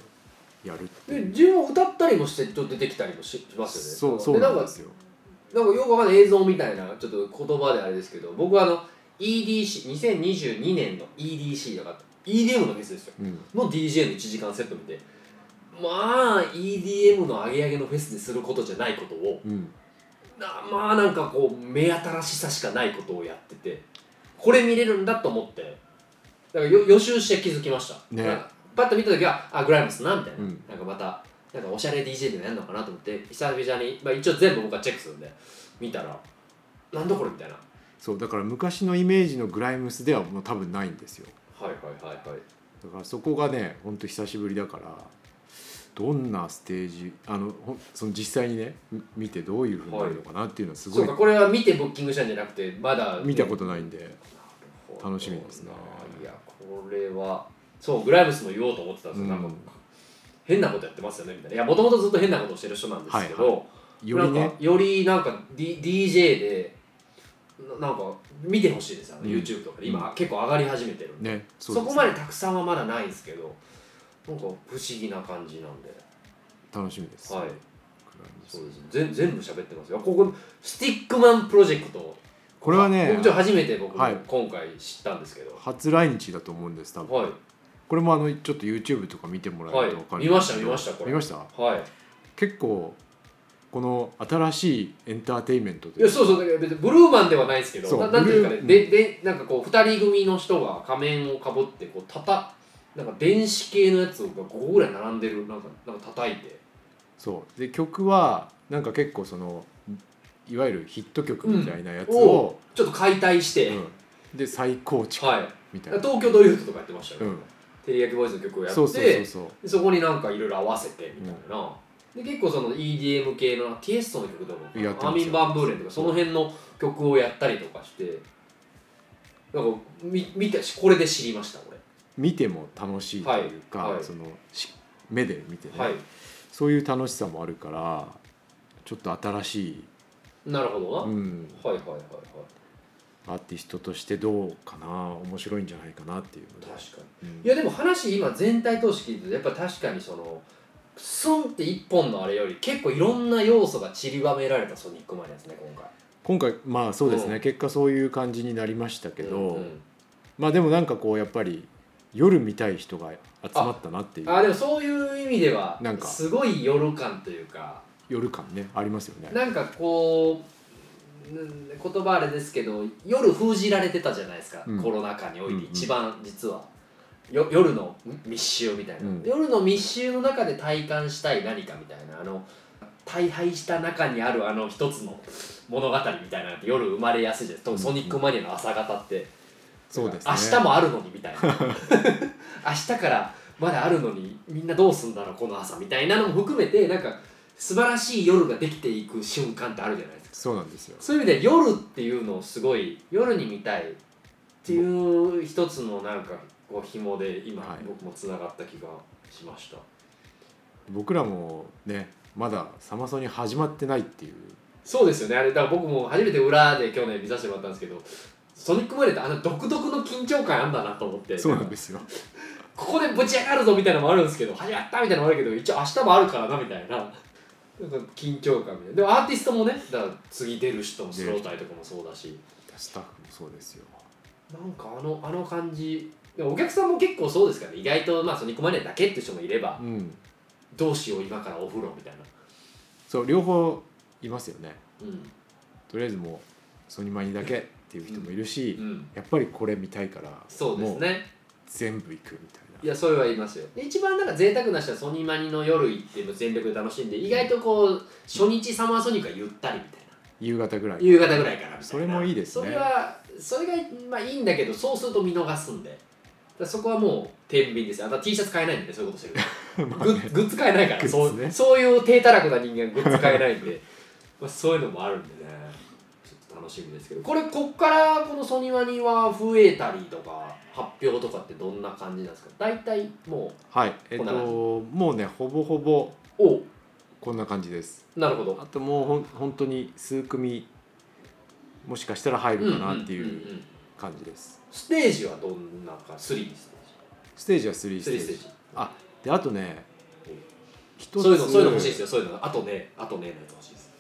[SPEAKER 2] やるって
[SPEAKER 1] で
[SPEAKER 2] いう
[SPEAKER 1] 自分を歌ったりもしてちょっと出てきたりもしますよね
[SPEAKER 2] そうそうなん
[SPEAKER 1] か
[SPEAKER 2] ですよ
[SPEAKER 1] なんかよくわかんない映像みたいなちょっと言葉であれですけど僕はあの EDC2022 年の EDC だから EDM のフェスですよ
[SPEAKER 2] うん
[SPEAKER 1] の DJ の1時間セット見てまあ EDM のアゲアゲのフェスですることじゃないことを
[SPEAKER 2] うん
[SPEAKER 1] なまあなんかこう目新しさしかないことをやっててこれ見れるんだと思ってだからよ予習して気づきました、
[SPEAKER 2] ね
[SPEAKER 1] なんかパッと見た時はあグライムスなみたいな、
[SPEAKER 2] うん
[SPEAKER 1] なんかまたなんかおしゃれ DJ でもやるのかなと思って久々に、まあ、一応全部僕はチェックするんで見たらなんだこれみたいなは
[SPEAKER 2] そうだから昔のイメージのグライムスではもう多分ないんですよ
[SPEAKER 1] いはいはいはい
[SPEAKER 2] だからそこがねほんと久しぶりだからどんなステージあのほんその実際にねみ見てどういうふうになるのかなっていうのはす
[SPEAKER 1] そ
[SPEAKER 2] ご
[SPEAKER 1] う
[SPEAKER 2] い
[SPEAKER 1] かこれは見てブッキングしたんじゃなくてまだ
[SPEAKER 2] 見たことないんで、
[SPEAKER 1] なるほど
[SPEAKER 2] 楽しみですね
[SPEAKER 1] いやこれはそうグライムスも言おうと思ってたんですよ、
[SPEAKER 2] うん
[SPEAKER 1] なんか変なことやってますよねみたいないやもともとずっと変なことをしてる人なんですけど、
[SPEAKER 2] はいはより
[SPEAKER 1] なん
[SPEAKER 2] ね
[SPEAKER 1] かよりなんか、D、DJ でななんか見てほしいですあの
[SPEAKER 2] うん
[SPEAKER 1] YouTube とかで今、結構上がり始めてるんで
[SPEAKER 2] ね
[SPEAKER 1] そ
[SPEAKER 2] そうす
[SPEAKER 1] こまでたくさんはまだないんですけどなんか不思議な感じなんで
[SPEAKER 2] 楽しみです
[SPEAKER 1] はい
[SPEAKER 2] そ
[SPEAKER 1] そうう
[SPEAKER 2] で
[SPEAKER 1] ですす全全部喋ってますよここスティックマンプロジェクト
[SPEAKER 2] これはね
[SPEAKER 1] 僕ちょっと初めて僕、
[SPEAKER 2] はい
[SPEAKER 1] 今回知ったんですけど
[SPEAKER 2] 初来日だと思うんです多分、
[SPEAKER 1] はい
[SPEAKER 2] これもあのちょっと YouTube とか見てもらえると分かるんですけど
[SPEAKER 1] はい見ました見ましたこれ
[SPEAKER 2] 見ました
[SPEAKER 1] はい
[SPEAKER 2] 結構この新しいエンターテインメント
[SPEAKER 1] い
[SPEAKER 2] で
[SPEAKER 1] やそうそうだから別にブルーマンではないですけ
[SPEAKER 2] そ
[SPEAKER 1] ど
[SPEAKER 2] う
[SPEAKER 1] ななんていうか
[SPEAKER 2] ブ
[SPEAKER 1] ね
[SPEAKER 2] ル
[SPEAKER 1] で
[SPEAKER 2] ー
[SPEAKER 1] でなんかこう2人組の人が仮面をかぶってこうたたなんか電子系のやつが5個ぐらい並んでるなんかなんか叩いて
[SPEAKER 2] そうで曲はなんか結構そのいわゆるヒット曲みたいなやつを、
[SPEAKER 1] ちょっと解体して、
[SPEAKER 2] うんで再構築
[SPEAKER 1] はい
[SPEAKER 2] みたいな、
[SPEAKER 1] 東京ドリフトとかやってましたよ、
[SPEAKER 2] うん、
[SPEAKER 1] テリヤキボーイズの曲をやって
[SPEAKER 2] そうそうそうそう
[SPEAKER 1] でそこになんかいろいろ合わせてみたいな、で結構その EDM 系のティエストの曲とかも
[SPEAKER 2] やってますよ
[SPEAKER 1] アーミン・バンブーレンとかその辺の曲をやったりとかしてなんかみ見たしこれで知りました俺
[SPEAKER 2] 見ても楽しいというか、
[SPEAKER 1] はいはい
[SPEAKER 2] そのし目で見てね、
[SPEAKER 1] はい
[SPEAKER 2] そういう楽しさもあるからちょっと新しい、
[SPEAKER 1] なるほどな、
[SPEAKER 2] うん、
[SPEAKER 1] はいはいはいはい
[SPEAKER 2] アーティストとしてどうかな面白いんじゃないかなっていうので
[SPEAKER 1] 確か
[SPEAKER 2] う
[SPEAKER 1] に
[SPEAKER 2] ん
[SPEAKER 1] いやでも話今全体通して聞いててやっぱ確かにそのスンって一本のあれより結構いろんな要素が散りばめられたソニックマンですね今回
[SPEAKER 2] 今回まあそうですね、
[SPEAKER 1] うん
[SPEAKER 2] 結果そういう感じになりましたけど、
[SPEAKER 1] うんうん
[SPEAKER 2] まあでもなんかこうやっぱり夜見たい人が集まったなっていう
[SPEAKER 1] あでもそういう意味では
[SPEAKER 2] なんか
[SPEAKER 1] すごい夜感というか
[SPEAKER 2] 夜感ねありますよね
[SPEAKER 1] なんかこううん言葉あれですけど夜封じられてたじゃないですか、
[SPEAKER 2] うん
[SPEAKER 1] コロナ禍におい
[SPEAKER 2] うんうん
[SPEAKER 1] て一番実は、よ夜の密集みたいな、
[SPEAKER 2] うん
[SPEAKER 1] 夜の密集の中で体感したい何かみたいなあの大敗した中にあるあの一つの物語みたいなのって夜生まれやすいじゃないですか
[SPEAKER 2] うん
[SPEAKER 1] ソニックマニアの朝方って、
[SPEAKER 2] そうですね
[SPEAKER 1] 明日もあるのにみ たいな明日からまだあるのにみんなどうすんだろうこの朝みたいなのも含めてなんか素晴らしい夜ができていく瞬間ってあるじゃないですか
[SPEAKER 2] そうなんですよ
[SPEAKER 1] そういう意味で夜っていうのをすごい夜に見たいっていう一つのなんかこう紐で今、
[SPEAKER 2] はい
[SPEAKER 1] 僕もつながった気がしました
[SPEAKER 2] 僕らもねまだサマソニ始まってないっていう
[SPEAKER 1] そうですよねあれだから僕も初めて裏で去年見させてもらったんですけどソニックマネーってあの独特の緊張感あんだなと思って
[SPEAKER 2] そうなんです よ
[SPEAKER 1] ここでぶち上がるぞみたいなのもあるんですけど始まったみたいなのもあるけど一応明日もあるからなみたいななんか緊張感みたいなでもアーティストもねだから次出る人もスロータイとかもそうだし
[SPEAKER 2] スタッフもそうですよ
[SPEAKER 1] なんかあのあの感じでもお客さんも結構そうですからね意外とまあソニックマネーだけって人もいれば
[SPEAKER 2] うん
[SPEAKER 1] どうしよう今からお風呂みたいな
[SPEAKER 2] そう両方いますよね
[SPEAKER 1] うん
[SPEAKER 2] とりあえずもうソニマニだけっていう人もいるし、
[SPEAKER 1] うん
[SPEAKER 2] やっぱりこれ見たいから
[SPEAKER 1] そうです
[SPEAKER 2] もう
[SPEAKER 1] ね
[SPEAKER 2] 全部行くみたい
[SPEAKER 1] い
[SPEAKER 2] な
[SPEAKER 1] やそれは言いますよで一番なんか贅沢な人はソニマニの夜行っても全力で楽しんで意外とこう初日サマーソニックはゆったりみたいな
[SPEAKER 2] 夕方ぐらい
[SPEAKER 1] 夕方ぐらいからみたいな
[SPEAKER 2] それもいいですね
[SPEAKER 1] それはそれがまあいいんだけどそうすると見逃すんでだからそこはもう天秤ですよあと T シャツ買えないんでそういう ことしてる
[SPEAKER 2] まあ
[SPEAKER 1] グッグッズ買えないから、
[SPEAKER 2] グッズ
[SPEAKER 1] そう
[SPEAKER 2] ね
[SPEAKER 1] そういう低たらくな人間グッズ買えないんで まあそういうのもあるんでねちょっと楽しみですけどこれこっからこのソニワニは増えたりとか発表とかってどんな感じなんですか大体も
[SPEAKER 2] はいえっ、
[SPEAKER 1] こんな感じ
[SPEAKER 2] ともうねほぼほぼ
[SPEAKER 1] うお
[SPEAKER 2] こんな感じです
[SPEAKER 1] なるほど
[SPEAKER 2] あともうほん本当に数組もしかしたら入るかなってい
[SPEAKER 1] んん
[SPEAKER 2] ううん感じです、
[SPEAKER 1] ステージはどんなか3ステージ
[SPEAKER 2] ステージは3ステ
[SPEAKER 1] 3
[SPEAKER 2] ージ
[SPEAKER 1] ステージ
[SPEAKER 2] あであとね一
[SPEAKER 1] そういうのそういうの欲しいですよそういうのあとねあとねのやつ欲しいです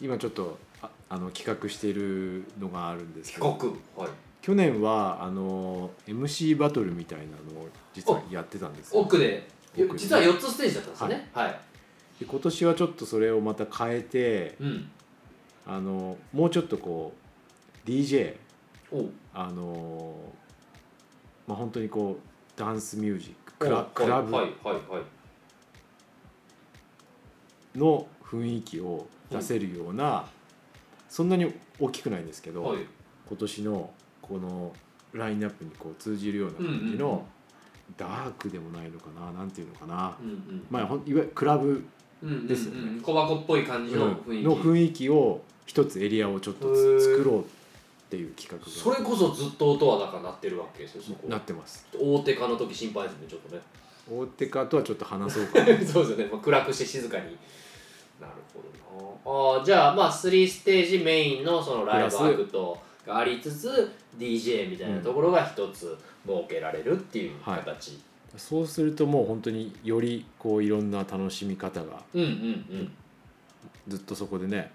[SPEAKER 2] 今ちょっとああの企画しているのがあるんですけ
[SPEAKER 1] 帰国
[SPEAKER 2] ど
[SPEAKER 1] はい
[SPEAKER 2] 去年はあの MC バトルみたいなのを実はやってたんですよ
[SPEAKER 1] 奥で
[SPEAKER 2] 奥で
[SPEAKER 1] 実は4つステージだったんですよねはい、
[SPEAKER 2] で今年はちょっとそれをまた変えて
[SPEAKER 1] うん
[SPEAKER 2] あのもうちょっとこう DJ
[SPEAKER 1] お
[SPEAKER 2] あのまあ本当にこうダンスミュージックク
[SPEAKER 1] お
[SPEAKER 2] ラクラ
[SPEAKER 1] はい
[SPEAKER 2] ブ
[SPEAKER 1] はいはい
[SPEAKER 2] の雰囲気を出せるような、そんなに大きくないんですけど、
[SPEAKER 1] はい
[SPEAKER 2] 今年のこのラインナップにこう通じるような感じ
[SPEAKER 1] うんうんうん
[SPEAKER 2] のダークでもないのかななんていうのかな、
[SPEAKER 1] うんうん
[SPEAKER 2] まあ、ほんいわゆるクラブ
[SPEAKER 1] うんうんうん
[SPEAKER 2] ですよね
[SPEAKER 1] 小箱っぽい感じの
[SPEAKER 2] の
[SPEAKER 1] 雰囲気、
[SPEAKER 2] 雰囲気を一つエリアをちょっと
[SPEAKER 1] へー
[SPEAKER 2] つ作ろうっていう企画
[SPEAKER 1] それこそずっと音はだから鳴ってるわけですよそこ
[SPEAKER 2] がなってます。
[SPEAKER 1] 大手化の時心配ですねちょっとね
[SPEAKER 2] 大手家とはちょっと話そうか な
[SPEAKER 1] そうですよね、まあ、暗くして静かになるほどなあーじゃあまあ3ステージメインのそのライブワークとがありつつ DJ みたいなところが一つ設けられるっていう形、
[SPEAKER 2] そうするともう本当によりこういろんな楽しみ方が
[SPEAKER 1] うんうんうん
[SPEAKER 2] ずっとそこでね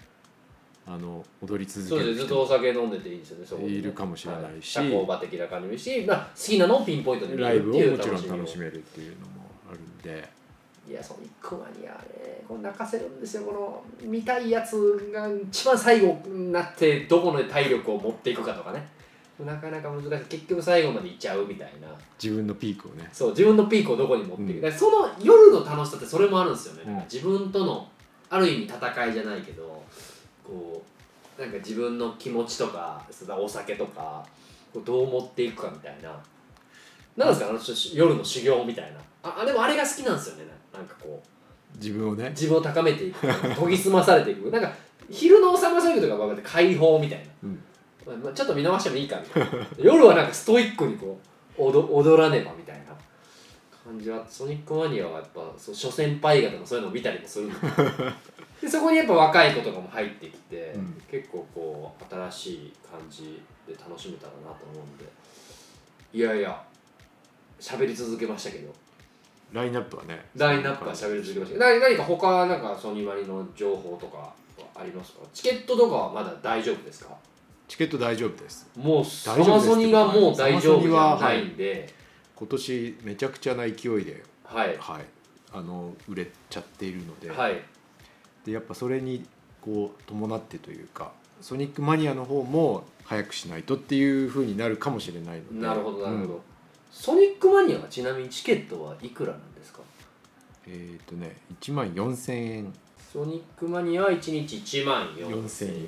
[SPEAKER 2] あの踊り続
[SPEAKER 1] そう
[SPEAKER 2] け
[SPEAKER 1] ですね
[SPEAKER 2] る
[SPEAKER 1] ずっ
[SPEAKER 2] 人
[SPEAKER 1] とお
[SPEAKER 2] も
[SPEAKER 1] 酒飲んでていいんですよねそこでね
[SPEAKER 2] いるかもしれないし
[SPEAKER 1] は社交場的な感じもいいし、まあ、好きなのをピンポイントで見
[SPEAKER 2] ライ
[SPEAKER 1] るっ
[SPEAKER 2] ブ
[SPEAKER 1] て
[SPEAKER 2] を
[SPEAKER 1] いう
[SPEAKER 2] もちろん
[SPEAKER 1] みを
[SPEAKER 2] 楽しめるっていうのもあるんで
[SPEAKER 1] いやソニックマニアはねこれ泣かせるんですよこの見たいやつが一番最後になってどこの体力を持っていくかとかねなかなか難しい結局最後までいっちゃうみたいな
[SPEAKER 2] 自分のピークをね
[SPEAKER 1] そう自分のピークをどこに持っていく、
[SPEAKER 2] うん
[SPEAKER 1] だからその夜の楽しさってそれもあるんですよね、
[SPEAKER 2] うん
[SPEAKER 1] 自分とのある意味戦いじゃないけどこうなんか自分の気持ちとかそのお酒とかこうどう持っていくかみたいななんですかあのちょっと夜の修行みたいなああでもあれが好きなんですよねなんかこう
[SPEAKER 2] 自分をね
[SPEAKER 1] 自分を高めていく研ぎ澄まされていくなんか昼のおさまさとかは解放みたい
[SPEAKER 2] うん
[SPEAKER 1] な、まあ、ちょっと見直してもいいかみたいな夜はなんかストイックにこう踊踊らねばみたいな感じはソニックマニアはやっぱそう諸先輩方のそういうのを見たりもするん ででそこにやっぱ若い子とかも入ってきて、
[SPEAKER 2] うん
[SPEAKER 1] 結構こう新しい感じで楽しめたらなと思うんでいやいや喋り続けましたけど
[SPEAKER 2] ラインナップはね
[SPEAKER 1] ラインナップは喋り続けましたけどな何か他なんかソニマリの情報とかはありますかチケットとかはまだ大丈夫ですか
[SPEAKER 2] チケット大丈夫です
[SPEAKER 1] もうサ
[SPEAKER 2] 大丈夫
[SPEAKER 1] マ
[SPEAKER 2] です
[SPEAKER 1] ソニがもう大丈夫じゃないんで
[SPEAKER 2] 今年めちゃくちゃな勢いで、
[SPEAKER 1] はい
[SPEAKER 2] はい、あの売れちゃっているので,、
[SPEAKER 1] はい
[SPEAKER 2] でやっぱそれにこう伴ってというかソニックマニアの方も早くしないとっていうふうになるかもしれないので
[SPEAKER 1] なるほどなるほ
[SPEAKER 2] うん
[SPEAKER 1] どソニックマニアはちなみにチケットはいくらなんですか
[SPEAKER 2] えっ、とね1万4000円
[SPEAKER 1] ソニックマニアは1日1万4000
[SPEAKER 2] 4000
[SPEAKER 1] 円
[SPEAKER 2] 円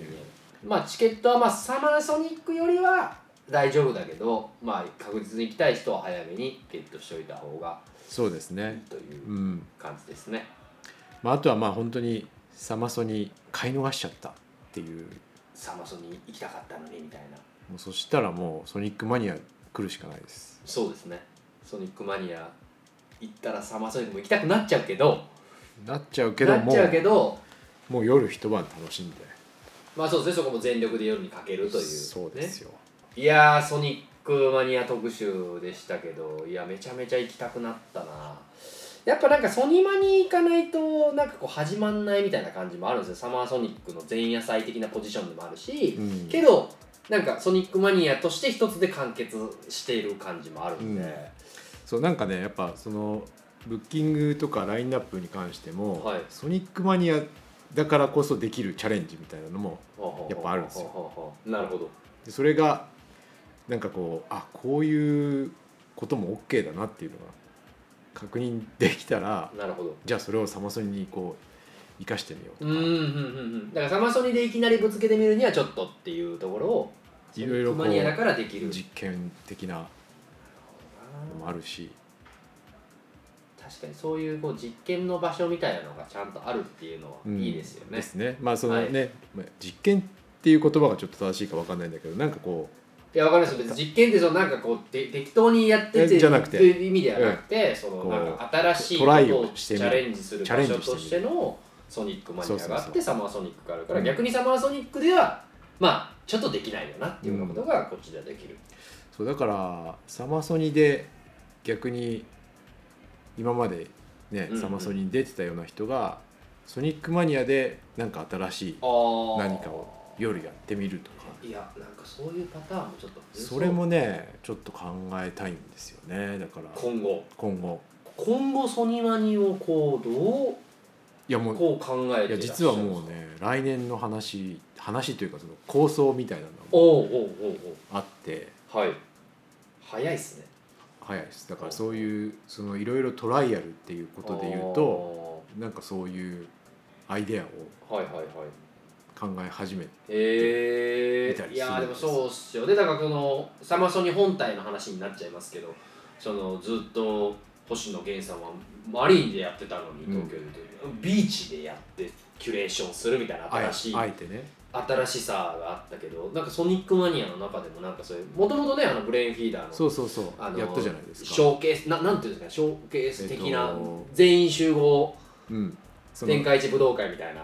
[SPEAKER 1] まあチケットはまあサマーソニックよりは大丈夫だけどまあ確実に行きたい人は早めにゲットしておいた方が
[SPEAKER 2] そうです
[SPEAKER 1] いい
[SPEAKER 2] ね、
[SPEAKER 1] といううん感じですね、
[SPEAKER 2] まあ、あとはまあ本当にサマソに買い逃しちゃったっていう
[SPEAKER 1] サマソニ行きたかったのにみたいな
[SPEAKER 2] もうそしたらもうソニックマニア来るしかないです
[SPEAKER 1] そうですねソニックマニア行ったらサマソニックも行きたくなっちゃうけど
[SPEAKER 2] なっちゃうけど
[SPEAKER 1] なっ
[SPEAKER 2] も
[SPEAKER 1] ちゃうけど
[SPEAKER 2] もう夜一晩楽しんで
[SPEAKER 1] まあそうですねそこも全力で夜にかけるという、ね、
[SPEAKER 2] そうですよ、
[SPEAKER 1] いやーソニックマニア特集でしたけどいやめちゃめちゃ行きたくなったなやっぱなんかソニマに行かないとなんかこう始まんないみたいな感じもあるんですよサマーソニックの前夜祭的なポジションでもあるし、
[SPEAKER 2] うん
[SPEAKER 1] けどなんかソニックマニアとして一つで完結している感じもあるんで、
[SPEAKER 2] そうなんかねやっぱそのブッキングとかラインナップに関しても、
[SPEAKER 1] はい
[SPEAKER 2] ソニックマニアだからこそできるチャレンジみたいなのもやっぱあるんですよ
[SPEAKER 1] よ。なるほど。
[SPEAKER 2] でそれがなんかこうあこういうことも OK だなっていうのが確認できたら
[SPEAKER 1] なるほど。
[SPEAKER 2] じゃあそれをサマソニにこう生かしてみよう
[SPEAKER 1] う
[SPEAKER 2] と
[SPEAKER 1] んうんう
[SPEAKER 2] か、
[SPEAKER 1] んうん。だからサマソニでいきなりぶつけてみるにはちょっとっていうところを
[SPEAKER 2] いろいろこう
[SPEAKER 1] マニアだからできる。
[SPEAKER 2] 実験的なのもあるし
[SPEAKER 1] 確かにそういうこう実験の場所みたいなのがちゃんとあるっていうのは
[SPEAKER 2] うん
[SPEAKER 1] いいですよね
[SPEAKER 2] で。すねまあその
[SPEAKER 1] はい
[SPEAKER 2] ね、まあ実験っていう言葉がちょっと正しいかわかんないんだけどなんかこう
[SPEAKER 1] いやわかります別に実験ってそのなんかこうで適当にやってて
[SPEAKER 2] えじゃなくて
[SPEAKER 1] っていう意味ではなくて、その
[SPEAKER 2] こう
[SPEAKER 1] なんか新しい
[SPEAKER 2] トライを
[SPEAKER 1] ことを
[SPEAKER 2] して
[SPEAKER 1] チ
[SPEAKER 2] みる
[SPEAKER 1] ャレンジする
[SPEAKER 2] チャレ
[SPEAKER 1] 場
[SPEAKER 2] ンジ
[SPEAKER 1] 所
[SPEAKER 2] してみる
[SPEAKER 1] としてのソニックマニアがあ
[SPEAKER 2] そうそ
[SPEAKER 1] っ
[SPEAKER 2] うそ
[SPEAKER 1] てサマーソニックがあるから、
[SPEAKER 2] うん
[SPEAKER 1] 逆にサマーソニックではまあちょっとできないよなっていうようなことがこっちではできる。
[SPEAKER 2] そうだからサマソニで逆に今までね、
[SPEAKER 1] うんうん
[SPEAKER 2] サマソニに出てたような人がソニックマニアでなんか新しい
[SPEAKER 1] ああ
[SPEAKER 2] 何かを夜やってみるとか
[SPEAKER 1] いやなんかそういうパターンもちょっと
[SPEAKER 2] それもねちょっと考えたいんですよねだから
[SPEAKER 1] 今後
[SPEAKER 2] 今後
[SPEAKER 1] 今後ソニマニをこうど
[SPEAKER 2] いやも
[SPEAKER 1] う
[SPEAKER 2] う
[SPEAKER 1] こう考え
[SPEAKER 2] い
[SPEAKER 1] ていらっしゃるん
[SPEAKER 2] や
[SPEAKER 1] ですか
[SPEAKER 2] 実はもうね来年の話話というかその構想みたいなの
[SPEAKER 1] お
[SPEAKER 2] も
[SPEAKER 1] うおうおう
[SPEAKER 2] あって
[SPEAKER 1] おうはい早いっすね
[SPEAKER 2] 早いですだからそういうそのいろいろトライアルっていうことで言うとなんかそういうアイデアを
[SPEAKER 1] あーはいはいはい
[SPEAKER 2] 考え始めて
[SPEAKER 1] え
[SPEAKER 2] 見た
[SPEAKER 1] ー、
[SPEAKER 2] り
[SPEAKER 1] い
[SPEAKER 2] す
[SPEAKER 1] や
[SPEAKER 2] るんです
[SPEAKER 1] ーでもそうっすよでだからこのサマソニ本体の話になっちゃいますけどそのずっと星野源さんはマリンでやってたのに東京で、ビーチでやってキュレーションするみたいな
[SPEAKER 2] あえ
[SPEAKER 1] 新しい
[SPEAKER 2] あえてね
[SPEAKER 1] 新しさがあったけどなんかソニックマニアの中でもなんかそういうもともとねあのブレインフィーダーの
[SPEAKER 2] そうそうそう
[SPEAKER 1] あの
[SPEAKER 2] やったじゃないです
[SPEAKER 1] シ
[SPEAKER 2] か、
[SPEAKER 1] ョーケースななんていうんですかショーケース的
[SPEAKER 2] え
[SPEAKER 1] な
[SPEAKER 2] っと
[SPEAKER 1] 全員集合
[SPEAKER 2] うん、その
[SPEAKER 1] 天下一武道会みたいな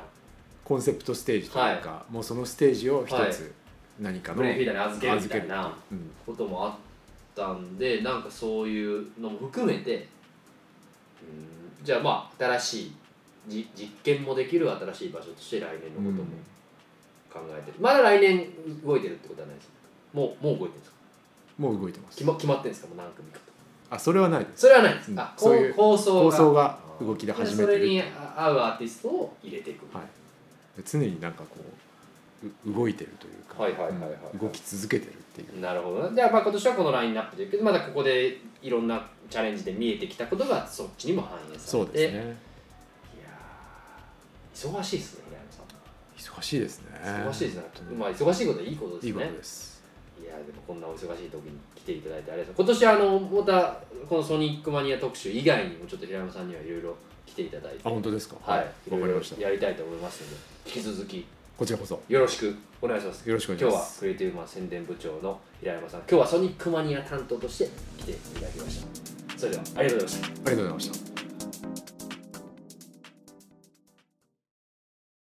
[SPEAKER 2] コンセプトステージというか、もうそのステージを一つ何かの
[SPEAKER 1] ブレインフィーダーに預けるみたいな
[SPEAKER 2] うん
[SPEAKER 1] こともあったんでなんかそういうのも含めてうんじゃあまあ新しいじ実験もできる新しい場所として来年のことも考えてる、まだ来年動いてるってことはないですもうもう動いてるんですか
[SPEAKER 2] もう動いてます
[SPEAKER 1] 決ま決まってるんですかもう何組かと
[SPEAKER 2] あそれはないです
[SPEAKER 1] それはないです、
[SPEAKER 2] うん
[SPEAKER 1] あ
[SPEAKER 2] そう
[SPEAKER 1] こ
[SPEAKER 2] いう
[SPEAKER 1] う構想が
[SPEAKER 2] 構想が動き出始めて
[SPEAKER 1] それに
[SPEAKER 2] る
[SPEAKER 1] 合うアーティストを入れていく、
[SPEAKER 2] はい常になんかこうう動いてるというか
[SPEAKER 1] はいはいはいはいはい
[SPEAKER 2] うん動き続けてるっていう
[SPEAKER 1] なるほどなじゃあまあ今年はこのラインナップでいくけどまだここでいろんなチャレンジで見えてきたことがそっちにも反映されて
[SPEAKER 2] そうですね
[SPEAKER 1] いやー忙しいですね平山
[SPEAKER 2] 忙しいですね
[SPEAKER 1] さん忙しいですね、
[SPEAKER 2] うん
[SPEAKER 1] まあ忙しいことはいいことですね
[SPEAKER 2] いいことです
[SPEAKER 1] いやーでもこんなお忙しい時に来ていただいてありがとう今年あのまたこのソニックマニア特集以外にもちょっと平山さんにはいろいろ来ていただいて
[SPEAKER 2] あ本当ですか
[SPEAKER 1] はい、いろ
[SPEAKER 2] わ
[SPEAKER 1] いろ
[SPEAKER 2] かりました
[SPEAKER 1] やりたいと思いますので引き続き
[SPEAKER 2] こちらこそ
[SPEAKER 1] よろしくお願いします
[SPEAKER 2] よろしくお
[SPEAKER 1] 今
[SPEAKER 2] 願い
[SPEAKER 1] 日
[SPEAKER 2] し
[SPEAKER 1] は
[SPEAKER 2] ます
[SPEAKER 1] クリエイティブマン宣伝部長の平山さん今日はソニックマニア担当として来ていただきましたそれではありがとうございました
[SPEAKER 2] ありがとうございました